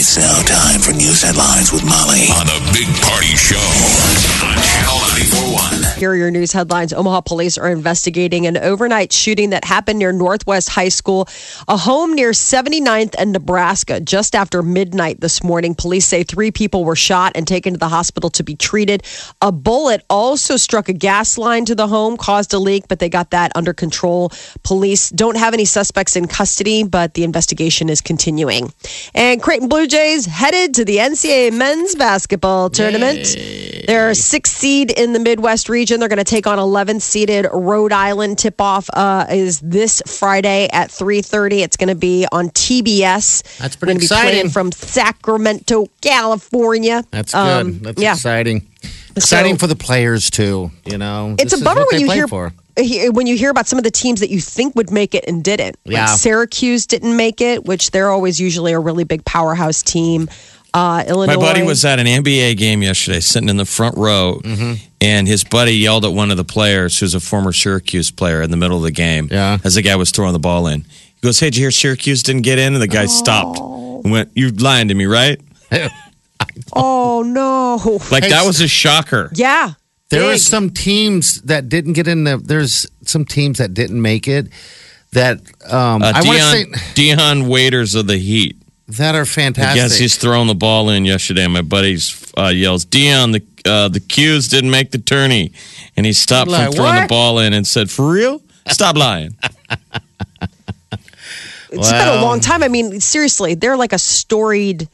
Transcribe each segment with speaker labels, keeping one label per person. Speaker 1: It's now time for news headlines with Molly on the Big Party Show on Channel 941.
Speaker 2: Here are your news headlines. Omaha police are investigating an overnight shooting that happened near Northwest High School, a home near 79th and Nebraska, just after midnight this morning. Police say three people were shot and taken to the hospital to be treated. A bullet also struck a gas line to the home, caused a leak, but they got that under control. Police don't have any suspects in custody, but the investigation is continuing. And Creighton Blue Jays headed to the NCAA men's basketball tournament. They're sixth seed in the Midwest region. They're going to take on 11 seeded Rhode Island. Tip off uh, is this Friday at 3:30. It's going to be on TBS.
Speaker 3: That's
Speaker 2: We're
Speaker 3: pretty
Speaker 2: gonna be playing
Speaker 3: exciting.
Speaker 2: From Sacramento, California.
Speaker 3: That's good.
Speaker 2: Um,
Speaker 3: That's
Speaker 2: yeah.
Speaker 3: exciting. Exciting for the players too. You know,
Speaker 2: It's
Speaker 3: This
Speaker 2: a
Speaker 3: is
Speaker 2: bummer
Speaker 3: what
Speaker 2: when
Speaker 3: they
Speaker 2: you
Speaker 3: play
Speaker 2: hear
Speaker 3: For.
Speaker 2: he- when you hear about some of the teams that you think would make it and didn't. Like
Speaker 3: Yeah.
Speaker 2: Syracuse didn't make it, which they're always usually a really big powerhouse team. Uh, Illinois.
Speaker 4: My buddy was at an NBA game yesterday, sitting in the front row,
Speaker 1: Mm-hmm.
Speaker 4: and his buddy yelled at one of the players, who's a former Syracuse player, in the middle of the game.
Speaker 3: Yeah.
Speaker 4: as the guy was throwing the ball in, he goes, "Hey, did you hear Syracuse didn't get in?" And the guy
Speaker 1: Oh.
Speaker 4: stopped and went, "You're lying to me, right?"
Speaker 2: Oh no!
Speaker 4: Like
Speaker 3: Hey,
Speaker 4: that
Speaker 3: s-
Speaker 4: was a shocker.
Speaker 2: Yeah.
Speaker 3: There are
Speaker 2: Big.
Speaker 3: some teams that didn't get in. The, there's some teams that didn't make it. That um,
Speaker 4: Uh,
Speaker 3: I want to
Speaker 4: Dion,
Speaker 3: say
Speaker 4: Dion Waiters of the Heat.
Speaker 3: that are
Speaker 4: I
Speaker 3: fantastic.
Speaker 4: guess he's throwing the ball in yesterday. And my buddy uh, yells, "Dion, the uh, the Q's didn't make the tourney," and he stopped
Speaker 3: Like,
Speaker 4: from throwing
Speaker 3: what?
Speaker 4: the ball in and said, "For real? Stop lying."
Speaker 2: It's been a long time. I mean, seriously, they're like a storied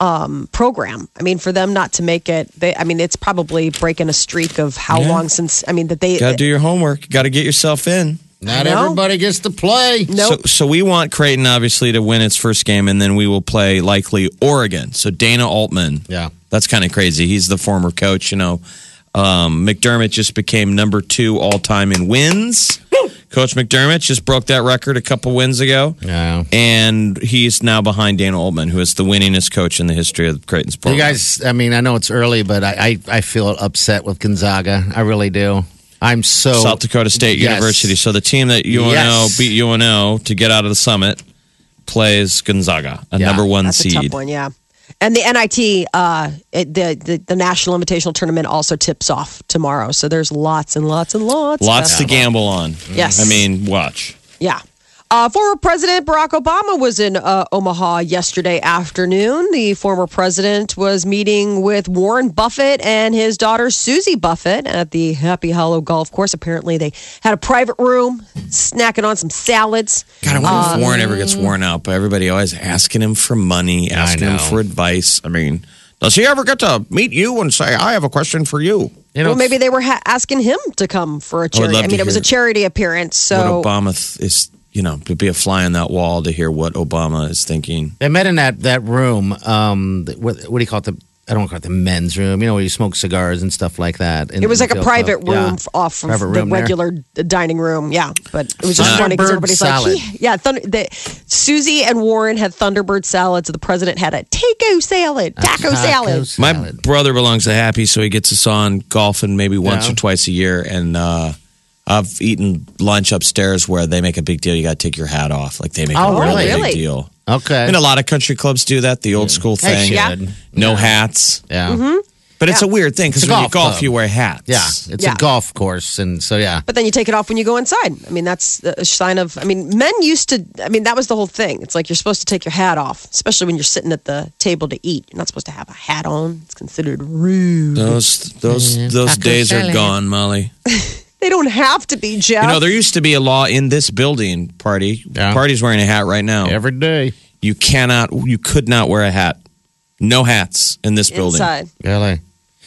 Speaker 2: um, program. I mean, for them not to make it, they, I mean, it's probably breaking a streak of how long since. I mean, that they.
Speaker 4: Got to do your homework. Got to get yourself in.
Speaker 3: Not
Speaker 2: I know.
Speaker 3: everybody gets to play.
Speaker 4: So,
Speaker 2: Nope.
Speaker 4: so we want Creighton obviously to win its first game, and then we will play likely Oregon. So Dana Altman.
Speaker 3: Yeah.
Speaker 4: that's kind of crazy. He's the former coach. You know, um, McDermott just became number two all time in wins. coach McDermott just broke that record a couple wins ago.
Speaker 3: Yeah.
Speaker 4: And he's now behind Dana Altman, who is the winningest coach in the history of Creighton's
Speaker 3: You
Speaker 4: program.
Speaker 3: guys, I mean, I know it's early, but I, I, I feel upset with Gonzaga. I really do. I'm so
Speaker 4: South Dakota State
Speaker 3: Yes.
Speaker 4: University. So the team that UNO
Speaker 3: Yes.
Speaker 4: beat UNO to get out of the summit plays Gonzaga, a
Speaker 3: Yeah.
Speaker 4: number one
Speaker 2: That's
Speaker 4: seed.
Speaker 2: a tough one, yeah. And the NIT, uh, it, the, the the national invitational tournament also tips off tomorrow. So there's lots and lots and lots. of
Speaker 4: Lots to
Speaker 2: basketball.
Speaker 4: gamble on.
Speaker 2: Yes.
Speaker 4: I mean, watch.
Speaker 2: Yeah. Uh, former President Barack Obama was in uh, Omaha yesterday afternoon. The former president was meeting with Warren Buffett and his daughter Susie Buffett at the Happy Hollow Golf Course. Apparently, they had a private room, snacking on some salads.
Speaker 4: God, I wonder if Warren ever
Speaker 2: Um,
Speaker 4: gets worn out by everybody always asking him for money, asking him for advice. I mean, does he ever get to meet you and say, I have a question for you?
Speaker 3: You know,
Speaker 2: well, maybe they were ha- asking him to come for a charity.
Speaker 4: love
Speaker 2: I, mean,
Speaker 4: to
Speaker 2: it was a
Speaker 4: hear
Speaker 2: charity appearance. So
Speaker 4: What Obama th- is, you know, to be a fly on that wall to hear what Obama is thinking.
Speaker 3: They met in that that room. Um, th- what, what do you call it? The I don't call it the men's room. You know where you smoke cigars and stuff like that. in-
Speaker 2: it was
Speaker 3: in
Speaker 2: like a
Speaker 3: Field
Speaker 2: private
Speaker 3: Club.
Speaker 2: room
Speaker 3: Yeah.
Speaker 2: f- off of
Speaker 3: Private
Speaker 2: the
Speaker 3: room there.
Speaker 2: regular d- dining room. Yeah, but it was just funny because
Speaker 3: Thunderbird
Speaker 2: everybody's
Speaker 3: salad.
Speaker 2: like, "He- yeah, thunder, the, Susie and Warren had Thunderbird salads. The president had a taco salad, taco salad.
Speaker 3: Tacos.
Speaker 4: My
Speaker 3: Salad.
Speaker 4: brother belongs to Happy, so he gets us on golfing maybe once
Speaker 3: Yeah.
Speaker 4: or twice a year. And uh, I've eaten lunch upstairs where they make a big deal. You got to take your hat off. Like they make
Speaker 3: Oh,
Speaker 4: a really,
Speaker 2: really?
Speaker 4: big deal.
Speaker 3: Okay.
Speaker 4: I mean, a lot of country clubs do that, the old school
Speaker 3: They
Speaker 4: thing.
Speaker 3: should.
Speaker 4: No hats.
Speaker 3: yeah.
Speaker 2: Mm-hmm.
Speaker 4: But it's a weird thing because
Speaker 3: It's a
Speaker 4: when you
Speaker 3: golf
Speaker 4: golf,
Speaker 3: club.
Speaker 4: you wear hats.
Speaker 3: Yeah. It's
Speaker 2: Yeah.
Speaker 3: a golf course, and so yeah.
Speaker 2: But then you take it off when you go inside. I mean, that's a sign of. I mean, men used to. I mean, that was the whole thing. It's like you're supposed to take your hat off, especially when you're sitting at the table to eat. You're not supposed to have a hat on. It's considered rude.
Speaker 4: Those those those
Speaker 3: Taco
Speaker 4: days
Speaker 3: salad.
Speaker 4: are gone, Molly.
Speaker 2: They don't have to be, Jeff.
Speaker 4: You know, there used to be a law in this building. Party,
Speaker 3: Yeah.
Speaker 4: party's wearing a hat right now.
Speaker 3: Every day.
Speaker 4: You cannot, you could not wear a hat. No hats in this building.
Speaker 2: inside.
Speaker 3: Really.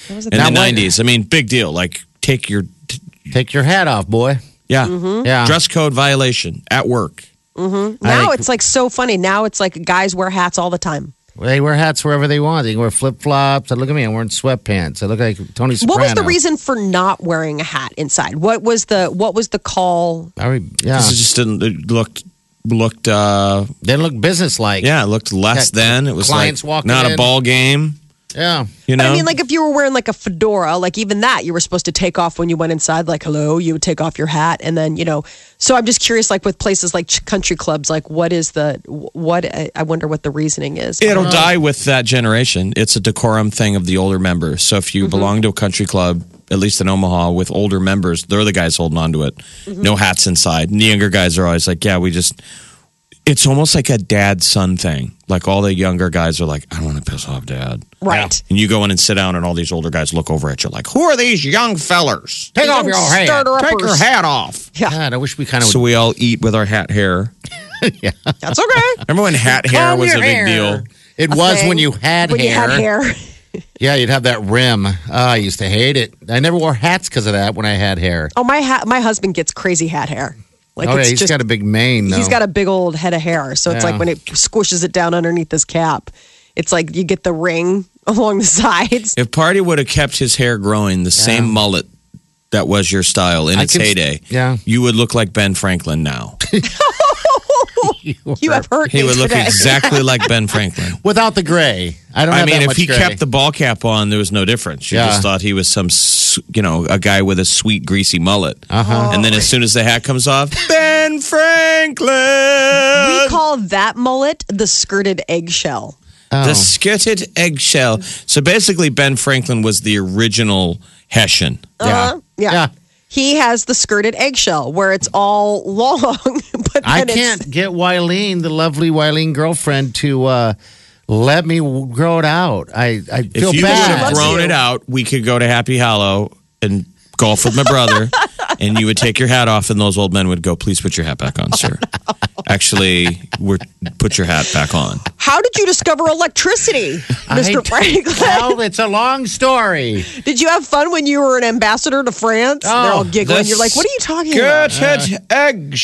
Speaker 4: in the
Speaker 3: Now what-
Speaker 4: nineties. I mean, big deal. Like, take your t-
Speaker 3: Take your hat off, boy.
Speaker 4: yeah
Speaker 2: Mm-hmm.
Speaker 3: Yeah.
Speaker 4: dress code violation at work.
Speaker 2: Now
Speaker 3: think-
Speaker 2: it's like so funny. Now it's like guys wear hats all the time.
Speaker 3: They wear hats wherever they want. They can wear flip flops. Look at me. I'm wearing sweatpants. I look like Tony Soprano.
Speaker 2: What was the reason for not wearing a hat inside? What was the what was the call?
Speaker 3: I re- yeah.
Speaker 4: This just didn't it looked looked uh
Speaker 3: They look businesslike.
Speaker 4: yeah, it looked less
Speaker 3: Yeah,
Speaker 4: than it was
Speaker 3: clients
Speaker 4: like
Speaker 3: walking
Speaker 4: not a
Speaker 3: in.
Speaker 4: ball game,
Speaker 3: Yeah.
Speaker 4: you know.
Speaker 2: But I mean, like if you were wearing like a fedora, like even that, you were supposed to take off when you went inside. Like, hello, you would take off your hat, and then you know. So I'm just curious, like with places like ch- country clubs, like what is the what? I I wonder what the reasoning is.
Speaker 4: It'll die with that generation. It's a decorum thing of the older members. So if you belong to a country club, at least in Omaha, with older members, they're the guys holding on to it. No hats inside. And the younger guys are always like, yeah, we just. It's almost like a dad son thing. Like all the younger guys are like, I don't want to piss off dad.
Speaker 2: Right.
Speaker 4: And you go in and sit down, and all these older guys look over at you like, who are these young fellers?
Speaker 3: Take off your hat.
Speaker 2: Starter
Speaker 4: Take your
Speaker 2: uppers.
Speaker 4: hat off.
Speaker 3: God, I wish we kind of.
Speaker 4: So we all eat with our hat hair.
Speaker 2: That's okay.
Speaker 4: Remember when hat hair was a big deal?
Speaker 3: It was
Speaker 2: thing.
Speaker 3: when you had
Speaker 2: when
Speaker 3: hair.
Speaker 2: you had hair.
Speaker 3: Yeah, you'd have that rim. Ah, I used to hate it. I never wore hats because of that when I had hair.
Speaker 2: Oh, my hat. My husband gets crazy hat hair. Like
Speaker 3: oh yeah,
Speaker 2: it's
Speaker 3: he's
Speaker 2: just
Speaker 3: got a big mane though.
Speaker 2: he's got a big old head of hair. So it's
Speaker 3: Yeah.
Speaker 2: like when it squishes it down underneath his cap, it's like you get the ring along the sides.
Speaker 4: If Party would have kept his hair growing the same mullet that was your style in
Speaker 3: I
Speaker 4: its
Speaker 3: can-
Speaker 4: heyday,
Speaker 3: yeah.
Speaker 4: you would look like Ben Franklin now.
Speaker 2: You have hurt
Speaker 4: He
Speaker 2: me
Speaker 4: would look
Speaker 2: today.
Speaker 4: exactly like Ben Franklin.
Speaker 3: without the gray. I don't.
Speaker 4: I
Speaker 3: have
Speaker 4: mean,
Speaker 3: that
Speaker 4: if
Speaker 3: much
Speaker 4: he
Speaker 3: gray.
Speaker 4: kept the ball cap on, there was no difference. You
Speaker 3: Yeah.
Speaker 4: just thought he was some, s- you know, a guy with a sweet, greasy mullet. Uh-huh. And
Speaker 3: Oh.
Speaker 4: then as soon as the hat comes off, Ben
Speaker 2: We
Speaker 4: Franklin,
Speaker 2: call that mullet the skirted eggshell.
Speaker 3: Oh.
Speaker 4: the skirted eggshell. So basically, Ben Franklin was the original Hessian.
Speaker 3: yeah,
Speaker 2: Uh-huh. Yeah.
Speaker 3: yeah.
Speaker 2: He has the skirted eggshell where it's all long, but then
Speaker 3: I
Speaker 2: it's-
Speaker 3: can't get Wileen, the lovely Wileen girlfriend, to uh, let me w- grow it out. I, I
Speaker 4: If
Speaker 3: feel
Speaker 4: you would
Speaker 3: bad.
Speaker 4: have grown it out, we could go to Happy Hollow and golf with my brother, and you would take your hat off, and those old men would go, "Please put your hat back on, sir." Actually, we're put your hat back on.
Speaker 2: How did you discover electricity, Mr.
Speaker 3: I-
Speaker 2: Franklin?
Speaker 3: Well, it's a long story.
Speaker 2: Did you have fun when you were an ambassador to
Speaker 3: Oh,
Speaker 2: France? They're all giggling.
Speaker 4: the
Speaker 2: You're like, what are you talking about? Uh,
Speaker 4: Skirted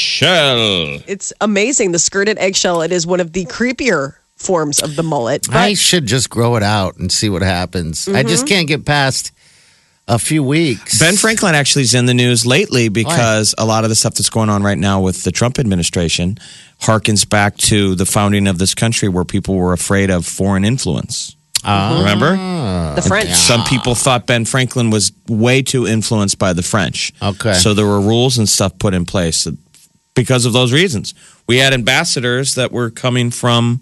Speaker 4: eggshell.
Speaker 2: It's amazing. The skirted eggshell, it is one of the creepier forms of the mullet. But Mm-hmm.
Speaker 3: I should just grow it out and see what happens. I just can't get past a few weeks.
Speaker 4: Ben Franklin actually is in the news lately because a lot of the stuff that's going on right now with the Trump administration harkens back to the founding of this country where people were afraid of foreign influence.
Speaker 2: Uh-huh.
Speaker 4: Remember?
Speaker 2: the French.
Speaker 4: Some people thought Ben Franklin was way too influenced by the French.
Speaker 3: Okay.
Speaker 4: So there were rules and stuff put in place because of those reasons. We had ambassadors that were coming from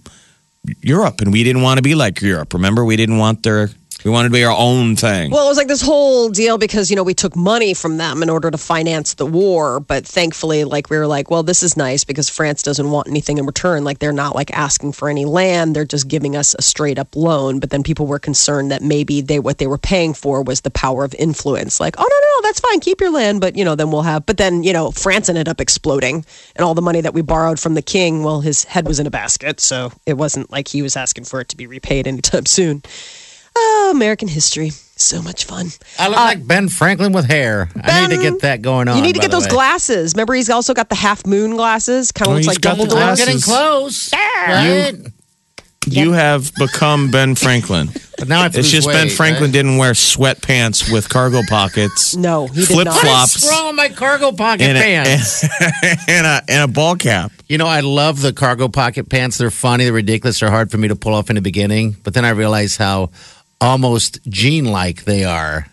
Speaker 4: Europe, and we didn't want to be like Europe. Remember, we didn't want their. We wanted to be our own thing.
Speaker 2: Well, it was like this whole deal because, you know, we took money from them in order to finance the war. But thankfully, like, we were like, well, this is nice because France doesn't want anything in return. Like, they're not like asking for any land. They're just giving us a straight up loan. But then people were concerned that maybe they, what they were paying for was the power of influence. Like, oh, no, no, that's fine. Keep your land. But, you know, then we'll have, but then, you know, France ended up exploding and all the money that we borrowed from the king, well, his head was in a basket. So it wasn't like he was asking for it to be repaid anytime soon. Oh, American history. So much fun.
Speaker 3: I look like Ben Franklin with hair. I need to get that going on.
Speaker 2: Uh, You need to
Speaker 3: by
Speaker 2: get
Speaker 3: the
Speaker 2: those
Speaker 3: way.
Speaker 2: glasses. Remember, he's also got the half moon glasses. Kind of
Speaker 4: Oh,
Speaker 2: looks
Speaker 4: he's
Speaker 2: like
Speaker 4: got the
Speaker 3: I'm
Speaker 2: Dumbledore.
Speaker 4: glasses.
Speaker 3: getting close. Right?
Speaker 4: You have become Ben Franklin.
Speaker 3: But now I have to
Speaker 4: It's
Speaker 3: lose
Speaker 4: just Ben
Speaker 3: weight,
Speaker 4: Franklin
Speaker 3: right?
Speaker 4: didn't wear sweatpants with cargo pockets.
Speaker 2: No, he did
Speaker 4: flip
Speaker 2: not.
Speaker 4: flops
Speaker 3: What's wrong with my cargo pocket
Speaker 4: and a, and,
Speaker 3: pants?
Speaker 4: and a and a ball cap.
Speaker 3: You know, I love the cargo pocket pants. They're funny, they're ridiculous, they're hard for me to pull off in the beginning. But then I realize how almost jean like they are.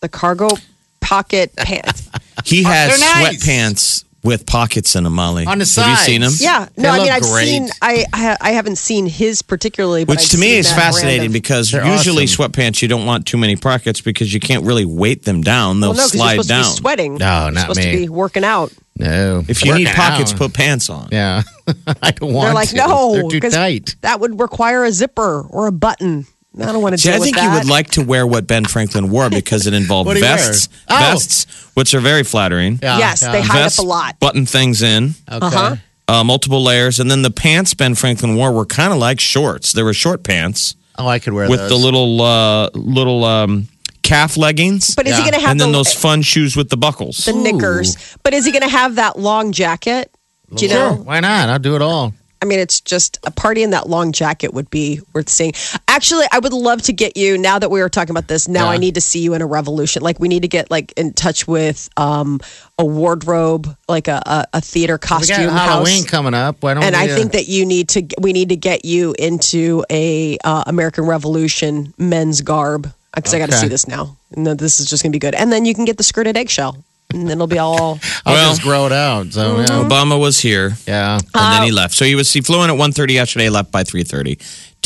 Speaker 2: The cargo pocket pants.
Speaker 4: He has
Speaker 3: Oh, they're nice.
Speaker 4: sweatpants with pockets in them, Molly.
Speaker 3: On the
Speaker 4: Have you seen them?
Speaker 3: sides.
Speaker 2: Yeah.
Speaker 3: They
Speaker 2: No, I mean,
Speaker 3: look
Speaker 2: I've
Speaker 3: great.
Speaker 2: seen, I, I I haven't seen his particularly. But
Speaker 4: Which
Speaker 2: I've
Speaker 4: to me
Speaker 2: seen
Speaker 4: is
Speaker 2: that brand
Speaker 4: fascinating
Speaker 2: of-
Speaker 4: because
Speaker 3: They're
Speaker 4: usually
Speaker 3: awesome.
Speaker 4: sweatpants you don't want too many pockets because you can't really weight them down; they'll
Speaker 2: well, no, 'cause
Speaker 4: slide
Speaker 2: you're supposed
Speaker 4: down.
Speaker 2: to be sweating.
Speaker 3: No,
Speaker 2: you're
Speaker 3: not
Speaker 2: supposed
Speaker 3: me.
Speaker 2: to be working out.
Speaker 3: No.
Speaker 4: If you
Speaker 3: Working
Speaker 4: need pockets,
Speaker 3: out.
Speaker 4: put pants on.
Speaker 3: Yeah. I don't want
Speaker 2: They're like,
Speaker 3: to.
Speaker 2: no,
Speaker 3: They're too
Speaker 2: 'cause
Speaker 3: tight.
Speaker 2: That would require a zipper or a button. I don't want to
Speaker 4: See,
Speaker 2: deal
Speaker 4: I think
Speaker 2: with
Speaker 4: you
Speaker 2: that.
Speaker 4: would like to wear what Ben Franklin wore because it involved
Speaker 3: What'd he wear?
Speaker 4: vests,
Speaker 3: Oh.
Speaker 4: vests, which are very flattering.
Speaker 3: Yeah,
Speaker 2: yes,
Speaker 3: yeah.
Speaker 2: they hide
Speaker 4: Vests,
Speaker 2: up a lot.
Speaker 4: Button things in,
Speaker 3: Okay.
Speaker 2: Uh-huh.
Speaker 4: uh, multiple layers, and then the pants Ben Franklin wore were kind of like shorts. They were short pants
Speaker 3: Oh, I could wear
Speaker 4: with
Speaker 3: those.
Speaker 4: the little uh, little um, calf leggings.
Speaker 2: But is he
Speaker 3: Yeah.
Speaker 2: going to have
Speaker 4: and then
Speaker 2: the,
Speaker 4: those fun shoes with the buckles.
Speaker 2: the knickers? But is he going to have that long jacket? Do you know?
Speaker 3: Sure, why not? I'll do it all.
Speaker 2: I mean, it's just a party in that long jacket would be worth seeing. Actually, I would love to get you now that we were talking about this. Now I need to see you in a revolution. Like we need to get like in touch with um, a wardrobe, like a, a, a theater
Speaker 3: We
Speaker 2: costume
Speaker 3: got Halloween
Speaker 2: house.
Speaker 3: coming up. Why don't
Speaker 2: And
Speaker 3: we,
Speaker 2: I
Speaker 3: uh,
Speaker 2: think that you need to. We need to get you into a uh, American Revolution men's garb because I got to
Speaker 3: Okay.
Speaker 2: see this now. And then this is just going to be good. And then you can get the skirted eggshell, and then it'll be
Speaker 4: Well-
Speaker 2: all.
Speaker 3: I'll
Speaker 4: mm-hmm. Uh,
Speaker 3: just grow it out. So yeah.
Speaker 4: Obama was here.
Speaker 3: yeah.
Speaker 4: and then he
Speaker 2: Uh,
Speaker 4: left. So he was he flew in at 1.30 yesterday, left by three thirty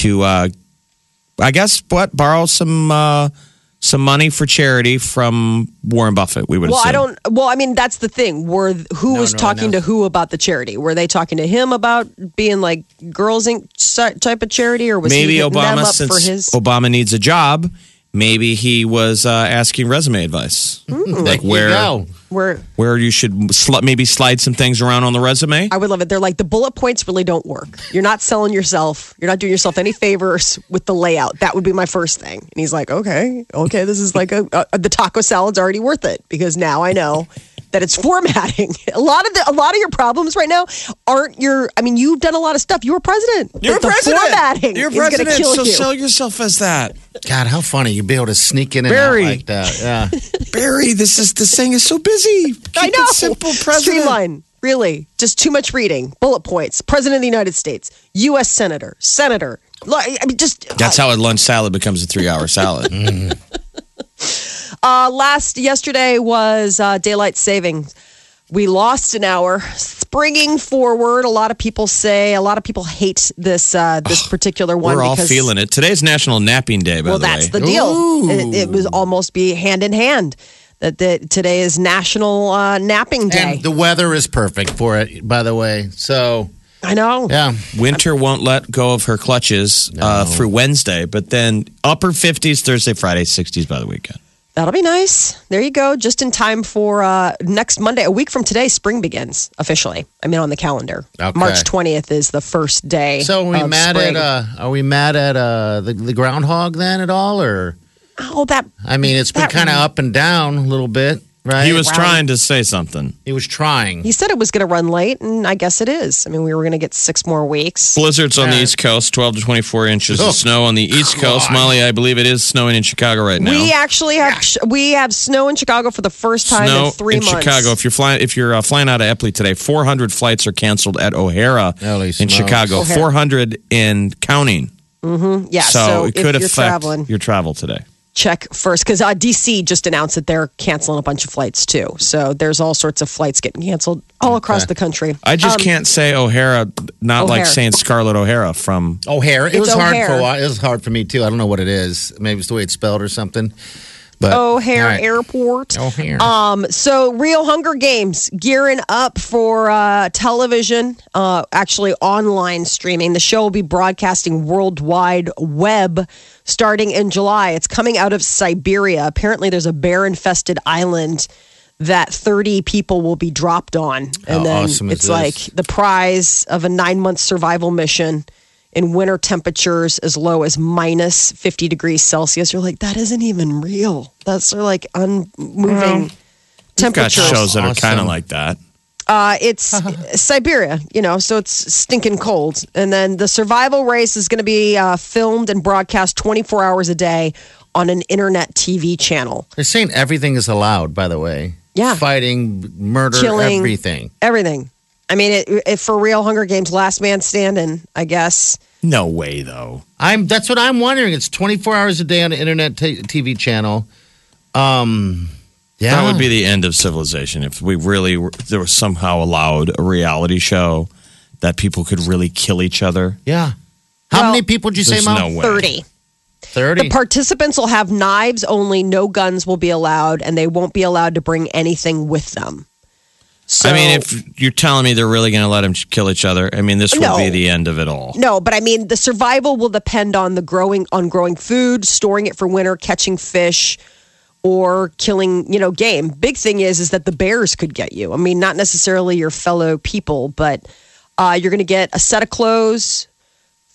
Speaker 4: to, uh, I guess, what borrow some uh, some money for charity from Warren Buffett. We would.
Speaker 2: Well,
Speaker 4: assume.
Speaker 2: I don't. Well, I mean, that's the thing. Were who was
Speaker 3: no one
Speaker 2: talking to who about the charity? Were they talking to him about being like Girls Inc. si- type of charity, or was
Speaker 4: Maybe
Speaker 2: he hitting them
Speaker 4: Obama,
Speaker 2: up
Speaker 4: since
Speaker 2: for his?
Speaker 4: Obama needs a job, maybe he was uh, asking resume advice,
Speaker 2: Hmm.
Speaker 4: like
Speaker 3: You
Speaker 4: where
Speaker 3: go.
Speaker 2: Where
Speaker 4: where you should sl- maybe slide some things around on the resume.
Speaker 2: I would love it. They're like the bullet points really don't work. You're not selling yourself. You're not doing yourself any favors with the layout. That would be my first thing. And he's like, okay, okay, this is like a, a the taco salad's already worth it because now I know that it's formatting. A lot of the a lot of your problems right now aren't your. I mean, you've done a lot of stuff. You were president. but the Formatting
Speaker 4: You're
Speaker 2: is going to
Speaker 4: president.
Speaker 2: kill
Speaker 4: so
Speaker 2: you.
Speaker 4: sell yourself as that.
Speaker 3: God, how funny you'd be able to sneak in and
Speaker 4: Barry.
Speaker 3: out like that. Yeah.
Speaker 4: Barry, this is this thing is so busy. Keep
Speaker 2: I know.
Speaker 4: It simple president.
Speaker 2: Streamline. Really, just too much reading. Bullet points. President of the United States. U.S. Senator. Senator. Lo- I mean, just
Speaker 4: That's how a lunch salad becomes a three-hour salad.
Speaker 2: Uh, last yesterday was uh, daylight savings. We lost an hour. Springing forward, a lot of people say a lot of people hate this uh, this particular one.
Speaker 4: We're all
Speaker 2: because,
Speaker 4: feeling it. Today's National Napping Day, by
Speaker 2: Well,
Speaker 4: the way.
Speaker 2: that's the deal. It, it was almost be hand in hand that the, today is National uh, Napping Day.
Speaker 3: And the weather is perfect for it, by the way. So
Speaker 2: I know.
Speaker 3: yeah.
Speaker 4: Winter won't let go of her clutches uh, through Wednesday, but then upper 50s Thursday, Friday, 60s by the weekend.
Speaker 2: That'll be nice. There you go. Just in time for uh, next Monday, a week from today, spring begins officially. I mean, on the calendar,
Speaker 3: Okay.
Speaker 2: March twentieth is the first day.
Speaker 3: So are we
Speaker 2: of
Speaker 3: mad
Speaker 2: Um, spring.
Speaker 3: at uh are we mad at uh the, the groundhog then at all or
Speaker 2: oh that
Speaker 3: I mean it's been
Speaker 2: That-
Speaker 3: kinda up and down a little bit, right?
Speaker 4: He was trying to say something.
Speaker 3: he was trying.
Speaker 2: He said it was going to run late, and I guess it is. I mean, we were going to get six more weeks.
Speaker 4: Blizzards on the East Coast, 12 to 24 inches
Speaker 3: Oh,
Speaker 4: of snow on the East Coast. Molly, I believe it is snowing in Chicago right now.
Speaker 2: We actually have we have snow in Chicago for the first time
Speaker 4: snow
Speaker 2: in three
Speaker 4: in
Speaker 2: months.
Speaker 4: Chicago. If you're flying, if you're uh, flying out of Epley today, 400 flights are canceled at O'Hara
Speaker 3: Holy
Speaker 4: in
Speaker 3: smokes.
Speaker 4: Chicago.
Speaker 2: O'Hara.
Speaker 4: 400 in counting.
Speaker 2: yeah,
Speaker 4: so, it could
Speaker 2: if you're
Speaker 4: affect
Speaker 2: traveling.
Speaker 4: your travel today.
Speaker 2: Check first because uh, DC just announced that they're canceling a bunch of flights too. So there's all sorts of flights getting canceled all across the country.
Speaker 4: I just can't say O'Hara, not like
Speaker 2: Um, O'Hara.
Speaker 4: saying Scarlett O'Hara from.
Speaker 3: O'Hare. Oh, It was hard for
Speaker 2: O'Hare.
Speaker 3: a while. It was hard for me too. I don't know what it is. Maybe it's the way it's spelled or something.
Speaker 4: Uh,
Speaker 3: But Oh,
Speaker 2: O'Hare
Speaker 3: all right.
Speaker 2: Oh, Airport.
Speaker 3: O'Hare.
Speaker 2: Um, so Real Hunger Games gearing up for uh, television, uh, actually online streaming. The show will be broadcasting worldwide web starting in July. It's coming out of Siberia. Apparently, there's a bear infested island that 30 people will be dropped on. And
Speaker 3: How
Speaker 2: then
Speaker 3: awesome is
Speaker 2: it's
Speaker 3: this?
Speaker 2: like the prize of a nine month survival mission. In winter temperatures as low as minus 50 degrees Celsius, you're like, that isn't even real. That's sort of like unmoving
Speaker 4: Got
Speaker 2: temperatures.
Speaker 4: shows that are
Speaker 3: Awesome.
Speaker 4: kind of like that.
Speaker 2: Uh, it's Siberia, you know, so it's stinking cold. And then the survival race is going to be uh, filmed and broadcast 24 hours a day on an internet TV channel.
Speaker 3: They're saying everything is allowed, by the way.
Speaker 2: Yeah.
Speaker 3: Fighting, murder,
Speaker 2: Killing.
Speaker 3: everything.
Speaker 2: Everything. I mean, it, it, for real, Hunger Games, last man standing, I guess.
Speaker 4: No way, though.
Speaker 3: I'm that's what I'm wondering. It's 24 hours a day on an internet t- TV channel. Um yeah.
Speaker 4: That would be the end of civilization if we really were, there was somehow allowed a reality show that people could really kill each other.
Speaker 3: Yeah. How
Speaker 2: Well,
Speaker 3: many people did you say,
Speaker 4: There's
Speaker 3: Mom?
Speaker 4: no way.
Speaker 2: 30.
Speaker 3: 30.
Speaker 2: The participants will have knives only, no guns will be allowed, and they won't be allowed to bring anything with them. So,
Speaker 4: I mean, if you're telling me they're really going to let them kill each other, I mean, this would
Speaker 2: No.
Speaker 4: be the end of it all.
Speaker 2: No, but I mean the survival will depend on the growing on growing food, storing it for winter, catching fish, or killing, you know, game. Big thing is is that the bears could get you. I mean, not necessarily your fellow people, but uh, you're going to get a set of clothes,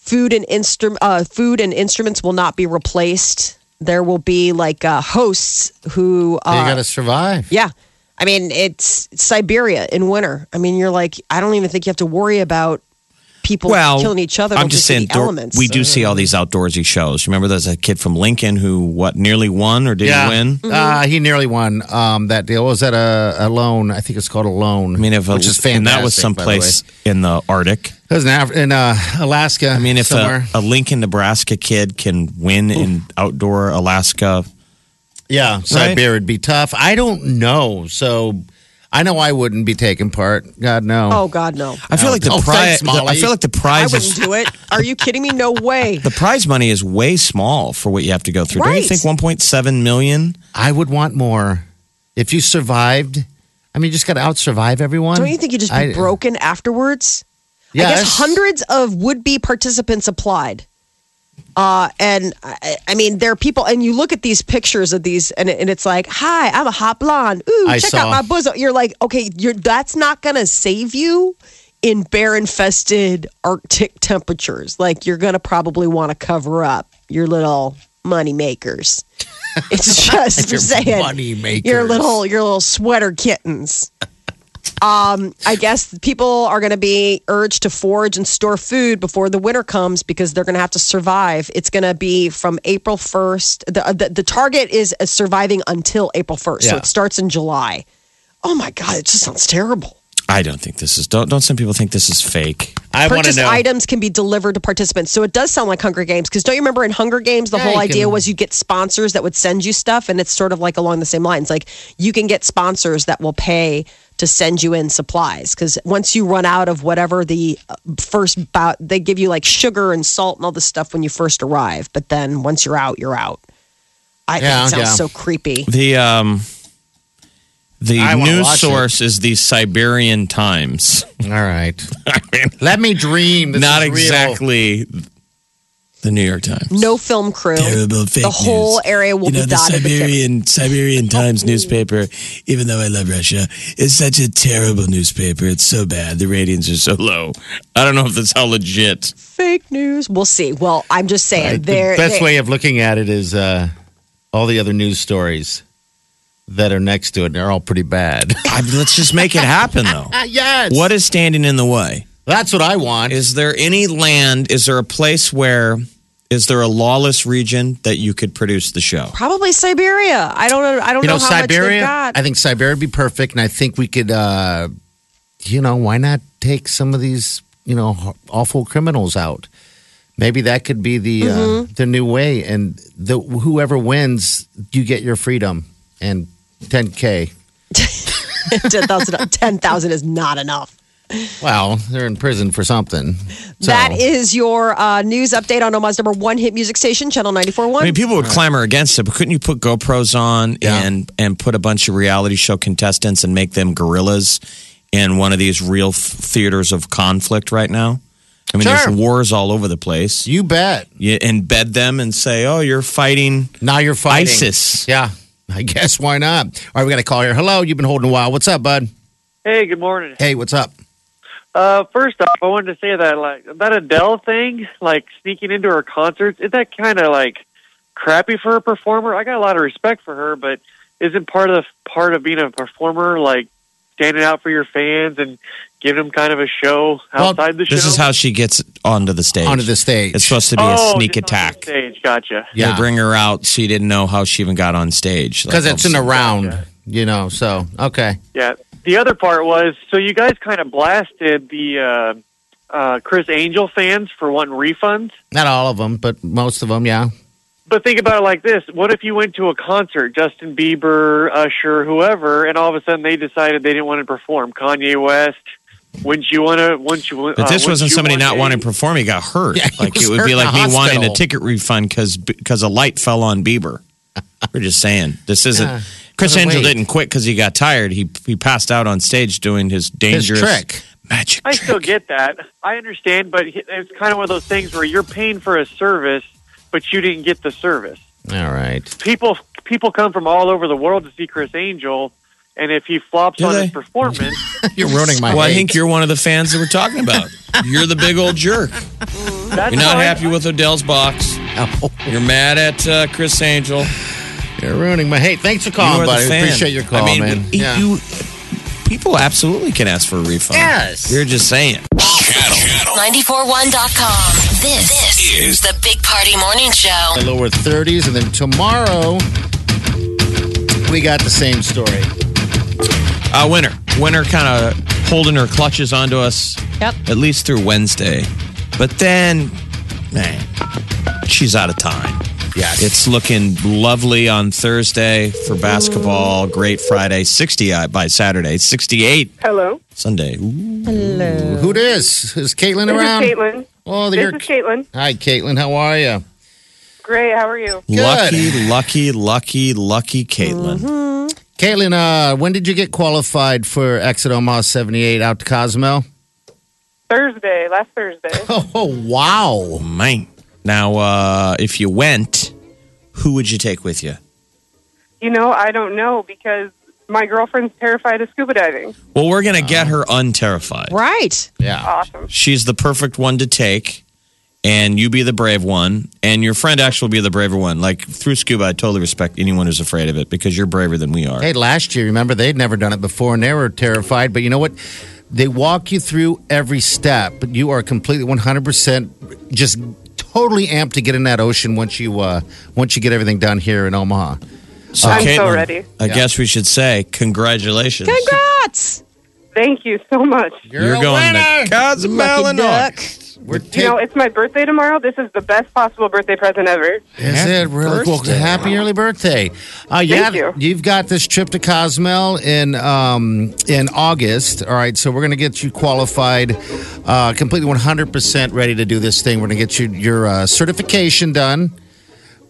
Speaker 2: food and instru- uh, food and instruments will not be replaced. There will be like uh, hosts who
Speaker 3: you
Speaker 2: uh,
Speaker 3: got to survive.
Speaker 2: yeah. I mean, it's Siberia in winter. I mean, you're like, I don't even think you have to worry about people killing each other.
Speaker 4: I'm
Speaker 2: We'll
Speaker 4: just
Speaker 2: see
Speaker 4: saying,
Speaker 2: the
Speaker 4: door-
Speaker 2: elements.
Speaker 4: we do see all these outdoorsy shows. Remember, there's a kid from Lincoln who what nearly won or did
Speaker 3: yeah.
Speaker 4: he win?
Speaker 2: Mm-hmm.
Speaker 3: Uh, he nearly won um, that deal. What was that uh, a, a loan? I think it's called a loan.
Speaker 4: I mean, if a,
Speaker 3: which is fantastic.
Speaker 4: and that was
Speaker 3: by the way.
Speaker 4: someplace in the Arctic.
Speaker 3: It was in, Af- in uh, Alaska.
Speaker 4: I mean, if
Speaker 3: somewhere.
Speaker 4: a, a Lincoln, Nebraska kid can win in outdoor Alaska,
Speaker 3: Yeah, Siberia would be tough. I don't know. So I know I wouldn't be taking part. God no.
Speaker 2: Oh God, no!
Speaker 4: I feel like the
Speaker 3: Oh,
Speaker 4: prize.
Speaker 3: thanks, Molly.
Speaker 4: I feel like the
Speaker 2: I
Speaker 4: prize
Speaker 2: wouldn't
Speaker 4: is
Speaker 2: do it. Are you kidding me? No way.
Speaker 4: the prize money is way small for what you have to go through. Don't you
Speaker 2: Right.
Speaker 4: think 1.7 million?
Speaker 3: I would want more. If you survived, I mean, you just got to out survive everyone.
Speaker 2: Don't you think you'd just be
Speaker 3: I-
Speaker 2: broken afterwards? I
Speaker 3: Yes.
Speaker 2: guess hundreds of would-be participants applied. Uh, and I, I mean, there are people, and you look at these pictures of these, and, it- and it's like, "Hi, I'm a hot blonde. Ooh,
Speaker 3: I
Speaker 2: check out
Speaker 3: saw-
Speaker 2: my bosom." You're like, "Okay, you're that's not gonna save you in bear-infested Arctic temperatures. Like, you're gonna probably want to cover up your little money makers. It's just
Speaker 3: Your
Speaker 2: saying,
Speaker 3: moneymakers.
Speaker 2: your little your little sweater kittens." Um, I guess people are going to be urged to forage and store food before the winter comes because they're going to have to survive. It's going to be from April 1st. The, the, the target is uh, surviving until April 1st. So
Speaker 3: Yeah.
Speaker 2: it starts in July. Oh my God, it just sounds terrible.
Speaker 4: I don't think this is. Don't don't some people think this is fake?
Speaker 3: I want to
Speaker 2: Purchased
Speaker 3: know.
Speaker 2: items can be delivered to participants. So it does sound like Hunger Games because don't you remember in Hunger Games, the
Speaker 3: Yeah,
Speaker 2: whole
Speaker 3: you
Speaker 2: idea
Speaker 3: can-
Speaker 2: was you get sponsors that would send you stuff. And it's sort of like along the same lines. Like you can get sponsors that will pay to send you in supplies because once you run out of whatever the uh, first bout, they give you like sugar and salt and all this stuff when you first arrive. But then once you're out, you're out. I,
Speaker 3: Yeah,
Speaker 2: it sounds
Speaker 3: yeah.
Speaker 2: so creepy.
Speaker 4: The um, the
Speaker 3: I wanna
Speaker 4: news
Speaker 3: watch it.
Speaker 4: source is the Siberian Times.
Speaker 3: All right. Let me dream. This
Speaker 4: Not
Speaker 3: is real.
Speaker 4: exactly the New York Times.
Speaker 2: No film crew.
Speaker 4: Terrible fake
Speaker 2: the whole
Speaker 4: news.
Speaker 2: area will
Speaker 4: you know,
Speaker 2: be
Speaker 4: the
Speaker 2: dotted with
Speaker 4: Siberian
Speaker 2: different-
Speaker 4: Siberian Times newspaper. Even though I love Russia, it's such a terrible newspaper. It's so bad. The ratings are so low. I don't know if that's how legit.
Speaker 2: fake news. We'll see. Well, I'm just saying. there,
Speaker 3: the best
Speaker 2: there-
Speaker 3: way of looking at it is uh, all the other news stories that are next to it, and they're all pretty bad.
Speaker 4: I mean, let's just make it happen, though.
Speaker 3: yes.
Speaker 4: What is standing in the way?
Speaker 3: That's what I want.
Speaker 4: Is there any land? Is there a place where? Is there a lawless region that you could produce the show?
Speaker 2: Probably Siberia. I don't know. I don't
Speaker 3: you know,
Speaker 2: know how
Speaker 3: Siberia.
Speaker 2: much
Speaker 3: I
Speaker 2: they've got.
Speaker 3: think Siberia would be perfect, and I think we could, uh, you know, why not take some of these, you know, awful criminals out? Maybe that could be the uh,
Speaker 2: Mm-hmm.
Speaker 3: the new way, and the whoever wins, you get your freedom and 10k.
Speaker 2: 10,000 10,000 is not enough.
Speaker 3: Well, they're in prison for something. So,
Speaker 2: That is your uh, news update on Omaha's number one hit music station, Channel 94.1.
Speaker 4: I mean, people would clamor against it, but couldn't you put GoPros on
Speaker 3: Yeah.
Speaker 4: and and put a bunch of reality show contestants and make them gorillas in one of these real f- theaters of conflict right now? I mean,
Speaker 3: Sure.
Speaker 4: there's wars all over the place.
Speaker 3: you bet.
Speaker 4: You embed them and say, "Oh, you're fighting."
Speaker 3: Now you're fighting
Speaker 4: ISIS.
Speaker 3: Yeah, I guess why not? All right, we got a call here. Hello, you've been holding a while. What's up, bud?
Speaker 5: Hey, good morning.
Speaker 3: Hey, what's up?
Speaker 5: Uh, first off, I wanted to say that like that Adele thing, like sneaking into her concerts, is that kind of like crappy for a performer? I got a lot of respect for her, but isn't part of the part of being a performer like standing out for your fans and giving them kind of a show
Speaker 3: Well,
Speaker 5: outside the show?
Speaker 4: This is how she gets onto the stage.
Speaker 3: Onto the stage.
Speaker 4: It's supposed to be
Speaker 5: oh,
Speaker 4: a sneak
Speaker 5: just on
Speaker 4: attack.
Speaker 5: Stage, gotcha.
Speaker 4: Yeah.
Speaker 3: Yeah.
Speaker 4: bring her out. She didn't know how she even got on stage.
Speaker 3: because
Speaker 4: Like, oh,
Speaker 3: it's in a
Speaker 4: obviously-
Speaker 3: round, you know. So okay,
Speaker 5: Yeah. The other part was so you guys kind of blasted the uh, uh, Chris Angel fans for wanting refunds.
Speaker 3: not all of them, but most of them, yeah.
Speaker 5: But think about it like this: What if you went to a concert, Justin Bieber, Usher, whoever, and all of a sudden they decided they didn't want to perform? Kanye West. Wouldn't you want to? Wouldn't you?
Speaker 4: But
Speaker 5: uh,
Speaker 4: this
Speaker 5: wouldn't
Speaker 4: wasn't
Speaker 5: you
Speaker 4: somebody
Speaker 5: want
Speaker 4: not
Speaker 5: a-
Speaker 4: wanting to perform. He got hurt.
Speaker 3: Yeah, he
Speaker 4: like
Speaker 3: was
Speaker 4: it would be
Speaker 3: hurt in
Speaker 4: like me
Speaker 3: the
Speaker 4: wanting a
Speaker 3: hospital.
Speaker 4: ticket refund because a light fell on Bieber. We're just saying this isn't.
Speaker 3: Yeah,
Speaker 4: Chris
Speaker 3: doesn't
Speaker 4: Angel
Speaker 3: wait.
Speaker 4: didn't quit because he got tired. He he passed out on stage doing his
Speaker 3: His
Speaker 4: dangerous
Speaker 3: trick.
Speaker 4: magic
Speaker 5: I
Speaker 4: trick.
Speaker 5: still get that. I understand, but it's kind of one of those things where you're paying for a service, but you didn't get the service.
Speaker 3: All right.
Speaker 5: People, people come from all over the world to see Chris Angel, and if he flops
Speaker 4: Do
Speaker 5: on
Speaker 4: they?
Speaker 5: his performance,
Speaker 3: You're ruining my.
Speaker 4: well, I
Speaker 3: hate.
Speaker 4: think you're one of the fans that we're talking about. You're the big old jerk.
Speaker 5: that's
Speaker 4: You're not
Speaker 5: fine.
Speaker 4: happy with Odell's box.
Speaker 3: Oh,
Speaker 4: You're mad at uh, Chris Angel.
Speaker 3: you're ruining my hate. Thanks for
Speaker 4: you
Speaker 3: calling,
Speaker 4: are
Speaker 3: buddy.
Speaker 4: the fan.
Speaker 3: Appreciate your call,
Speaker 4: I mean,
Speaker 3: man.
Speaker 4: You, people absolutely can ask for a refund.
Speaker 3: Yes.
Speaker 4: You're just saying.
Speaker 1: Channel Channel.
Speaker 6: 941.com. This, this
Speaker 1: Is-
Speaker 6: is the Big Party Morning Show.
Speaker 3: the lower 30s. And then tomorrow, we got the same story.
Speaker 4: Uh, winter. Winter kind of holding her clutches onto us.
Speaker 2: Yep.
Speaker 4: At least through Wednesday. But then, man, she's out of time.
Speaker 3: Yes.
Speaker 4: It's looking lovely on Thursday for basketball. Great Friday. 60 uh, by Saturday. 68
Speaker 7: Hello.
Speaker 4: Sunday. Ooh.
Speaker 3: Who it is? Is Caitlin
Speaker 7: This
Speaker 3: around?
Speaker 7: is Caitlin.
Speaker 3: Oh,
Speaker 7: This
Speaker 3: you're-
Speaker 7: is Caitlin.
Speaker 3: Hi, Caitlin. How are you?
Speaker 7: Great. How are you?
Speaker 4: Lucky, lucky, lucky, lucky Caitlin.
Speaker 3: Caitlin, uh, when did you get qualified for Exit Omaha 78 out to Cozumel?
Speaker 7: Thursday. Last Thursday.
Speaker 3: Oh, wow.
Speaker 4: Man. Now, uh, if you went, who would you take with you?
Speaker 7: You know, I don't know because my girlfriend's terrified of scuba diving.
Speaker 4: Well, we're going to get her unterrified.
Speaker 2: Right.
Speaker 3: Yeah.
Speaker 7: Awesome.
Speaker 4: she's the perfect one to take and you be the brave one and your friend actually will be the braver one like through scuba i totally respect anyone who's afraid of it because you're braver than we are
Speaker 3: Hey, last year, remember, they'd never done it before and they were terrified. But you know what? They walk you through every step, but you are completely 100% just totally amped to get in that ocean once you uh, once you get everything done here in Omaha.
Speaker 4: so
Speaker 7: I'm so ready.
Speaker 4: i guess we should say congratulations
Speaker 2: Congrats.
Speaker 7: Thank you so much.
Speaker 4: you're going to cozumel
Speaker 2: Lucky
Speaker 4: and Oak.
Speaker 2: duck.
Speaker 3: We're
Speaker 7: You know,
Speaker 3: taking.
Speaker 7: it's my birthday tomorrow. This is the best possible birthday present ever.
Speaker 3: Is it really cool?
Speaker 4: birthday.
Speaker 3: Happy early birthday! Uh, yeah,
Speaker 7: you.
Speaker 3: have got this trip to Cozumel in um, in August. All right, so we're gonna get you qualified, uh, completely 100 percent ready to do this thing. We're gonna get you your uh, certification done.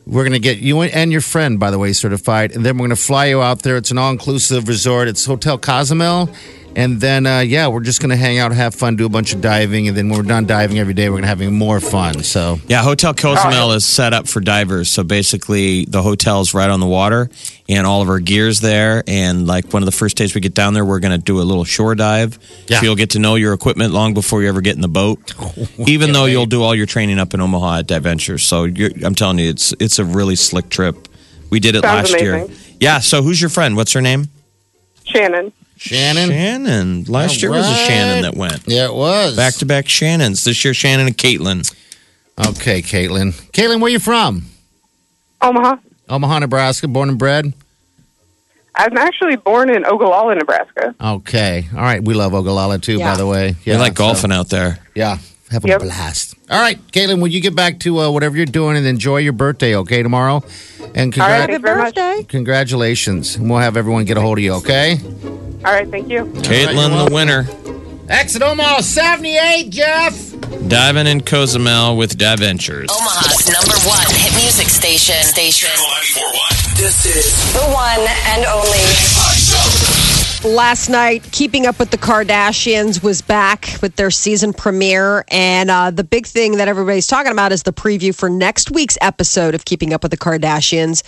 Speaker 3: We're gonna get you and your friend, by the way, certified, and then we're gonna fly you out there. It's an all inclusive resort. It's Hotel Cozumel. And then, uh, yeah, we're just going to hang out, have fun, do a bunch of diving. And then when we're done diving every day, we're going to have even more fun. So,
Speaker 4: yeah hotel cozumel is set up for divers so basically the hotel's right on the water and all of our gear's there and like one of the first days we get down there we're going to do a little shore dive
Speaker 3: Yeah.
Speaker 4: so you'll get to know your equipment long before you ever get in the boat
Speaker 7: Oh,
Speaker 4: even though you'll do all your training up in Omaha at DiVenture. So you're, I'm telling you, it's it's a really slick trip. We did it
Speaker 7: Sounds
Speaker 4: last
Speaker 7: amazing.
Speaker 4: year. Yeah. So who's your friend? What's her name?
Speaker 7: Shannon.
Speaker 3: Shannon.
Speaker 4: Shannon. Last year was a
Speaker 3: Alright.
Speaker 4: Shannon that went.
Speaker 3: Yeah, it was.
Speaker 4: Back to back Shannons. This year, Shannon and Caitlin.
Speaker 3: Okay, Caitlin. Caitlin, where you from?
Speaker 7: Omaha.
Speaker 3: Omaha, Nebraska, born and bred.
Speaker 7: I'm actually born in Ogallala, Nebraska.
Speaker 3: Okay. All right. We love Ogallala too, by
Speaker 2: Yeah.
Speaker 3: the way.
Speaker 4: We
Speaker 3: Yeah,
Speaker 4: like
Speaker 3: so-
Speaker 4: golfing out there.
Speaker 3: yeah. Have a
Speaker 7: Yep.
Speaker 3: blast. All right, Caitlin, will you get back to uh, whatever you're doing and enjoy your birthday, okay, tomorrow? And
Speaker 7: All
Speaker 3: congrat-
Speaker 7: right.
Speaker 2: Happy
Speaker 7: Thank you very much.
Speaker 2: birthday.
Speaker 3: congratulations. And we'll have everyone get a hold of you, okay?
Speaker 7: All right. Thank you.
Speaker 4: Caitlin,
Speaker 3: welcome.
Speaker 4: the winner.
Speaker 3: Exit Omaha 78, Jeff.
Speaker 4: Diving in Cozumel with DiVentures.
Speaker 2: Oh.
Speaker 6: Omaha's number one hit music station. Station.
Speaker 1: This is
Speaker 8: The one and only.
Speaker 2: Last night, Keeping Up with the Kardashians was back with their season premiere. And uh, the big thing that everybody's talking about is the preview for next week's episode of Keeping Up with the Kardashians,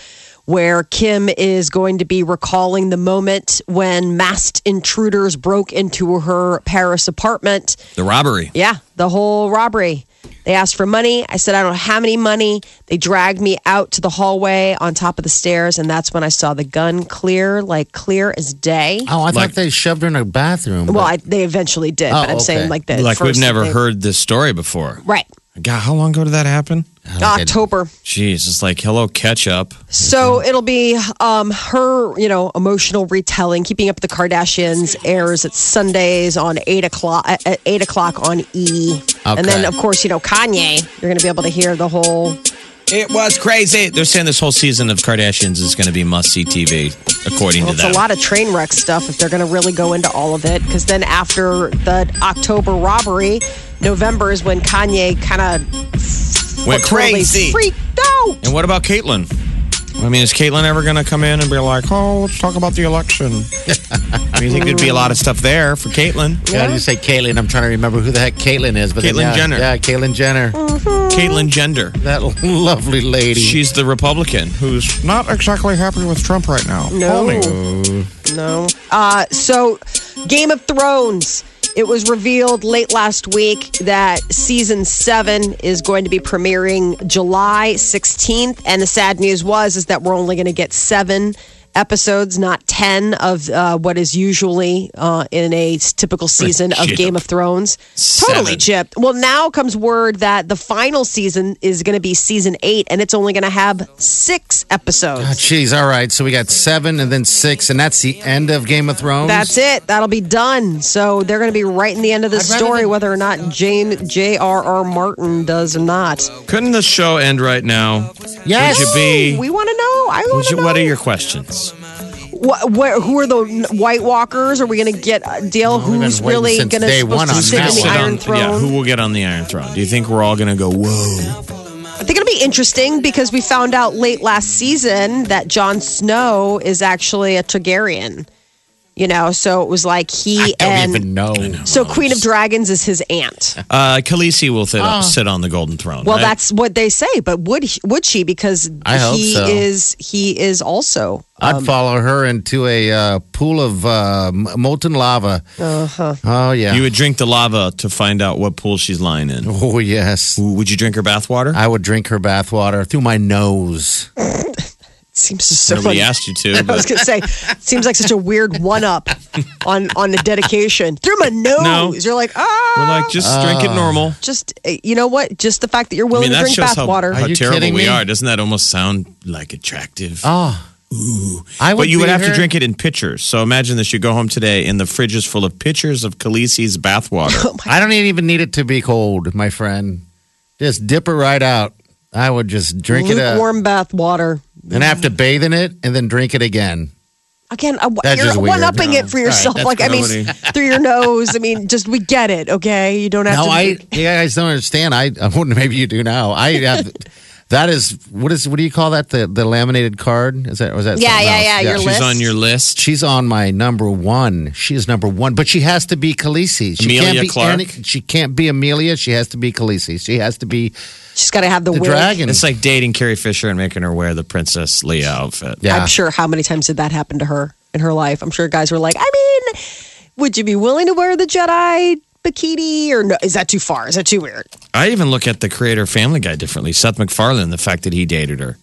Speaker 2: where Kim is going to be recalling the moment when masked intruders broke into her Paris apartment.
Speaker 4: The robbery.
Speaker 2: Yeah, the whole robbery. They asked for money. I said, I don't have any money. They dragged me out to the hallway on top of the stairs. And that's when I saw the gun clear, like clear as day.
Speaker 3: Oh, I
Speaker 4: Like-
Speaker 3: thought they shoved her in a bathroom.
Speaker 2: Well, I, they eventually did,
Speaker 3: Oh,
Speaker 2: but I'm
Speaker 3: okay.
Speaker 2: saying like that.
Speaker 4: Like we've never heard this story before.
Speaker 2: Right.
Speaker 4: God, how long ago did that happen?
Speaker 2: October.
Speaker 4: Jeez, it's like hello ketchup.
Speaker 2: So it'll be um, her, you know, emotional retelling. Keeping Up with the Kardashians airs at Sundays on eight o'clock at at eight o'clock on E, and then
Speaker 3: Okay.
Speaker 2: of course you know Kanye. You're going to be able to hear the whole.
Speaker 4: It was crazy. They're saying this whole season of Kardashians is going to be must see TV, according to
Speaker 2: Well, it's
Speaker 4: them.
Speaker 2: a lot of train wreck stuff if they're going to really go into all of it. Because then after the October robbery, November is when Kanye kind of
Speaker 4: Went crazy.
Speaker 2: freaked out.
Speaker 4: And what about Caitlyn? I mean, is Caitlyn ever going to come in and be like, "Oh, let's talk about the election"? I mean, there'd be a lot of stuff there for Caitlyn.
Speaker 3: God, you say Caitlin. I'm trying to remember who the heck Caitlin is. But then,
Speaker 4: Caitlyn
Speaker 3: yeah,
Speaker 4: Jenner.
Speaker 3: Yeah, Caitlyn Jenner.
Speaker 4: Caitlyn Gender.
Speaker 3: That lovely lady.
Speaker 4: She's the Republican who's not exactly happy with Trump right now.
Speaker 2: No. No. Uh, so, Game of Thrones. It was revealed late last week that season seven is going to be premiering July 16th. And the sad news was is that we're only going to get seven episodes, not 10 of uh, what is usually uh, in a typical season of
Speaker 4: Chip.
Speaker 2: Game of Thrones. Totally
Speaker 4: Seven.
Speaker 2: chipped. Well, now comes word that the final season is going to be season eight, and it's only going to have six episodes.
Speaker 3: Oh, Jeez, all right. So we got seven and then six, and that's the end of Game of Thrones.
Speaker 2: That's it. That'll be done. So they're going to be right in the end of the story, whether or not Jane J.R.R. Martin does or not.
Speaker 4: Couldn't the show end right now?
Speaker 3: Yes.
Speaker 4: Would you be?
Speaker 2: We want to know. I want
Speaker 4: Would
Speaker 2: to
Speaker 4: you,
Speaker 2: know.
Speaker 4: what are your questions?
Speaker 2: What, what, who are the n- White Walkers? Are we going to get a deal?
Speaker 3: we've been
Speaker 2: Who's
Speaker 3: waiting
Speaker 2: really
Speaker 3: since
Speaker 2: going to
Speaker 3: day one
Speaker 2: supposed to
Speaker 3: on
Speaker 2: sit in
Speaker 3: that
Speaker 2: the
Speaker 3: one.
Speaker 2: Iron
Speaker 4: on-
Speaker 2: Throne?
Speaker 4: Yeah, who will get on the Iron Throne? Do you think we're all going to go, whoa?
Speaker 2: I think it'll be interesting because we found out late last season that Jon Snow is actually a Targaryen. You know, so it was like he
Speaker 3: I
Speaker 2: and
Speaker 3: don't even know.
Speaker 2: so Queen of Dragons is his aunt.
Speaker 4: Uh, Khaleesi will sit, up, sit on the Golden Throne.
Speaker 2: Oh. Well,
Speaker 4: right?
Speaker 2: that's what they say, but would he- would she? Because
Speaker 3: I hope
Speaker 2: he
Speaker 3: so.
Speaker 2: is he is also
Speaker 3: I'd follow her into a uh, pool of uh, m- molten lava. Uh-huh. Oh, yeah.
Speaker 4: You would drink the lava to find out what pool she's lying in.
Speaker 3: oh, yes.
Speaker 4: Would you drink her bathwater?
Speaker 3: I would drink her bathwater through my nose.
Speaker 2: seems so.
Speaker 4: Nobody
Speaker 2: un-
Speaker 4: asked you to.
Speaker 2: I was
Speaker 4: But
Speaker 2: gonna say, seems like such a weird one up on on the dedication through my nose. You're like, ah,
Speaker 4: we're like, just drink it normal.
Speaker 2: just uh, you know what? Just the fact that you're
Speaker 4: I mean,
Speaker 2: willing
Speaker 4: that
Speaker 2: to drink
Speaker 4: shows
Speaker 2: bath
Speaker 4: how,
Speaker 2: water.
Speaker 4: how
Speaker 3: Are you
Speaker 4: terrible
Speaker 3: kidding
Speaker 4: we
Speaker 3: me?
Speaker 4: are. Doesn't that almost sound like attractive?
Speaker 2: Uh.
Speaker 3: Oh. I would
Speaker 4: but you would
Speaker 3: be
Speaker 4: have to
Speaker 3: her-
Speaker 4: drink it in pitchers. So imagine this: you go home today, and the fridge is full of pitchers of Khaleesi's
Speaker 2: Oh
Speaker 4: bathwater.
Speaker 3: I don't even need it to be cold, my friend. Just dip it right out. I would just drink it uh, up
Speaker 2: Lukewarm bath water.
Speaker 3: and have to bathe in it and then drink it again.
Speaker 2: Again, I,
Speaker 3: That's
Speaker 2: you're
Speaker 3: just weird.
Speaker 2: one upping it for yourself. like I mean, through your nose. I mean, just we get it. Okay, you don't have
Speaker 3: No,
Speaker 2: to.
Speaker 3: I you guys don't understand. I, I wouldn't. Maybe you do now. I have. That is what is what do you call that? The the laminated card is that was that?
Speaker 2: Yeah,
Speaker 3: something
Speaker 2: yeah,
Speaker 3: else?
Speaker 2: yeah, your
Speaker 4: She's
Speaker 2: list.
Speaker 4: on your list.
Speaker 3: She's on my number one. She is number one, but she has to be Khaleesi. She
Speaker 4: Amelia
Speaker 3: can't be
Speaker 4: Clark?
Speaker 3: any- she can't be Amelia. She has to be Khaleesi. She has to be
Speaker 2: She's got to have the,
Speaker 3: the
Speaker 2: wig.
Speaker 3: dragon.
Speaker 4: It's like dating Carrie Fisher and making her wear the Princess Leia outfit.
Speaker 3: yeah.
Speaker 2: I'm sure how many times did that happen to her in her life? I'm sure guys were like, I mean, would you be willing to wear the Jedi bikini or no? Is that too far? Is that too weird?
Speaker 4: I even look at the creator of Family Guy differently. Seth MacFarlane, the fact that he dated her.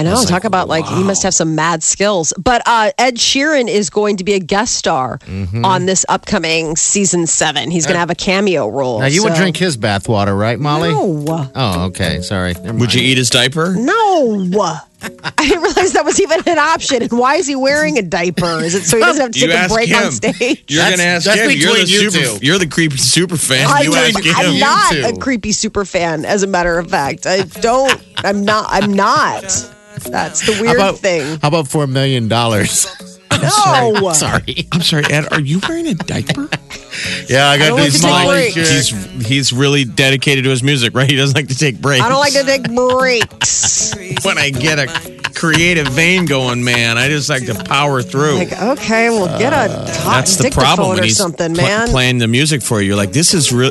Speaker 2: I know. talk about like he must have some mad skills. But uh, Ed Sheeran is going to be a guest star
Speaker 3: Mm-hmm.
Speaker 2: on this upcoming season seven. He's going to have a cameo role.
Speaker 3: now you would
Speaker 2: so-
Speaker 3: drink his bathwater, right, Molly?
Speaker 2: No,
Speaker 3: Oh, okay. Sorry.
Speaker 4: Would you eat his diaper?
Speaker 2: no. I didn't realize that was even an option. And why is he wearing a diaper? Is it so he doesn't have to take a break on stage?
Speaker 4: You're
Speaker 3: That's-
Speaker 4: going to ask
Speaker 3: that's
Speaker 4: him. You're the,
Speaker 3: between you
Speaker 4: super,
Speaker 3: two.
Speaker 4: you're the creepy super fan.
Speaker 2: I
Speaker 4: you ask him.
Speaker 2: am not a
Speaker 3: too.
Speaker 2: creepy super fan. As a matter of fact, I don't. I'm not. I'm not. That's the
Speaker 3: How
Speaker 2: weird
Speaker 3: about,
Speaker 2: thing.
Speaker 3: How about four million dollars?
Speaker 2: No,
Speaker 3: Sorry.
Speaker 4: I'm sorry, Ed. Are you wearing a diaper?
Speaker 3: Yeah, I got
Speaker 2: don't like to take
Speaker 3: these Molly
Speaker 2: breaks.
Speaker 4: He's
Speaker 3: shirts.
Speaker 4: he's really dedicated to his music, right? He doesn't like to take breaks.
Speaker 2: I don't like to take breaks.
Speaker 4: when I get a creative vein going, man. I just like to power through.
Speaker 2: Like, uh, okay, well, get a hot
Speaker 4: Uh, That's the
Speaker 2: dictaphone
Speaker 4: problem when
Speaker 2: or
Speaker 4: he's
Speaker 2: something,
Speaker 4: pl-
Speaker 2: man.
Speaker 4: playing the music for you. You're like, this is real.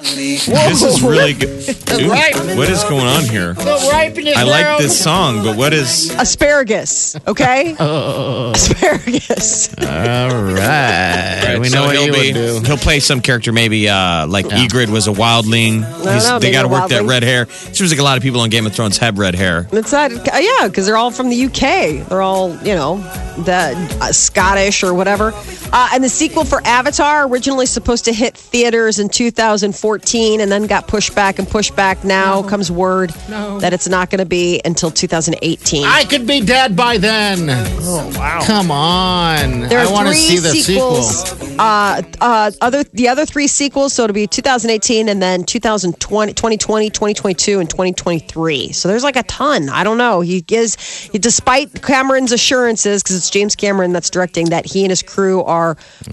Speaker 4: This is really good. Dude, what is going on here? I like this song, but what is?
Speaker 2: Asparagus, okay?
Speaker 4: Oh.
Speaker 2: Asparagus.
Speaker 3: All right.
Speaker 4: Right,
Speaker 3: we
Speaker 4: so
Speaker 3: know what
Speaker 4: he'll
Speaker 3: you
Speaker 4: be-
Speaker 3: would do.
Speaker 4: He'll play some character, maybe uh, like Egrid was a wildling. He's-
Speaker 2: know,
Speaker 4: they
Speaker 2: maybe
Speaker 4: got to
Speaker 2: a
Speaker 4: work that
Speaker 2: wildling.
Speaker 4: red hair. Seems like a lot of people on Game of Thrones have red hair.
Speaker 2: It's not, yeah, because they're all from the UK. They're all, you know, the uh, Scottish or whatever. Uh, and the sequel for Avatar originally supposed to hit theaters in 2014, and then got pushed back and pushed back. Now comes word that it's not going to be until 2018.
Speaker 3: I could be dead by then. Oh wow! Come on.
Speaker 2: there are
Speaker 3: I want to
Speaker 2: three
Speaker 3: see the
Speaker 2: sequels.
Speaker 3: sequel.
Speaker 2: Uh, uh, other the other three sequels, so it'll be 2018 and then 2020, 2020, 2022, and 2023. So there's like a ton. I don't know. He is, he, despite Cameron's assurances, because it's James Cameron that's directing, that he and his crew are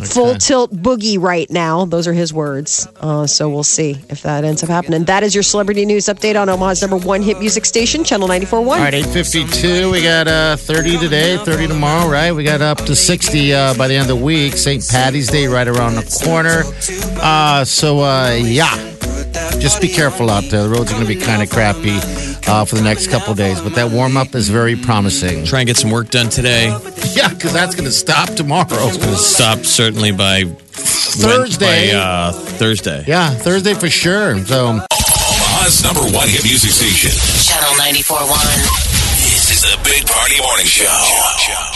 Speaker 2: full tilt boogie right now. Those are his words. Uh, so we'll see if that ends up happening. That is your celebrity news update on Omaha's number one hit music station, Channel 94.1.
Speaker 3: All right, 852. We got uh, 30 today, 30 tomorrow, right? We got up to 60 uh, by the end of the week. St. Patty's Day right around the corner. Uh, so, uh, yeah, just be careful out there. The roads are going to be kind of crappy uh, for the next couple of days, but that warm up is very promising.
Speaker 4: Try and get some work done today.
Speaker 3: Yeah, because that's going to stop tomorrow.
Speaker 4: Stop certainly by Wed-
Speaker 3: Thursday.
Speaker 4: By, uh, Thursday.
Speaker 3: Yeah, Thursday for sure. So.
Speaker 1: Omaha's number one hit music station.
Speaker 6: Channel 94.1.
Speaker 1: This is the Big Party Morning Show.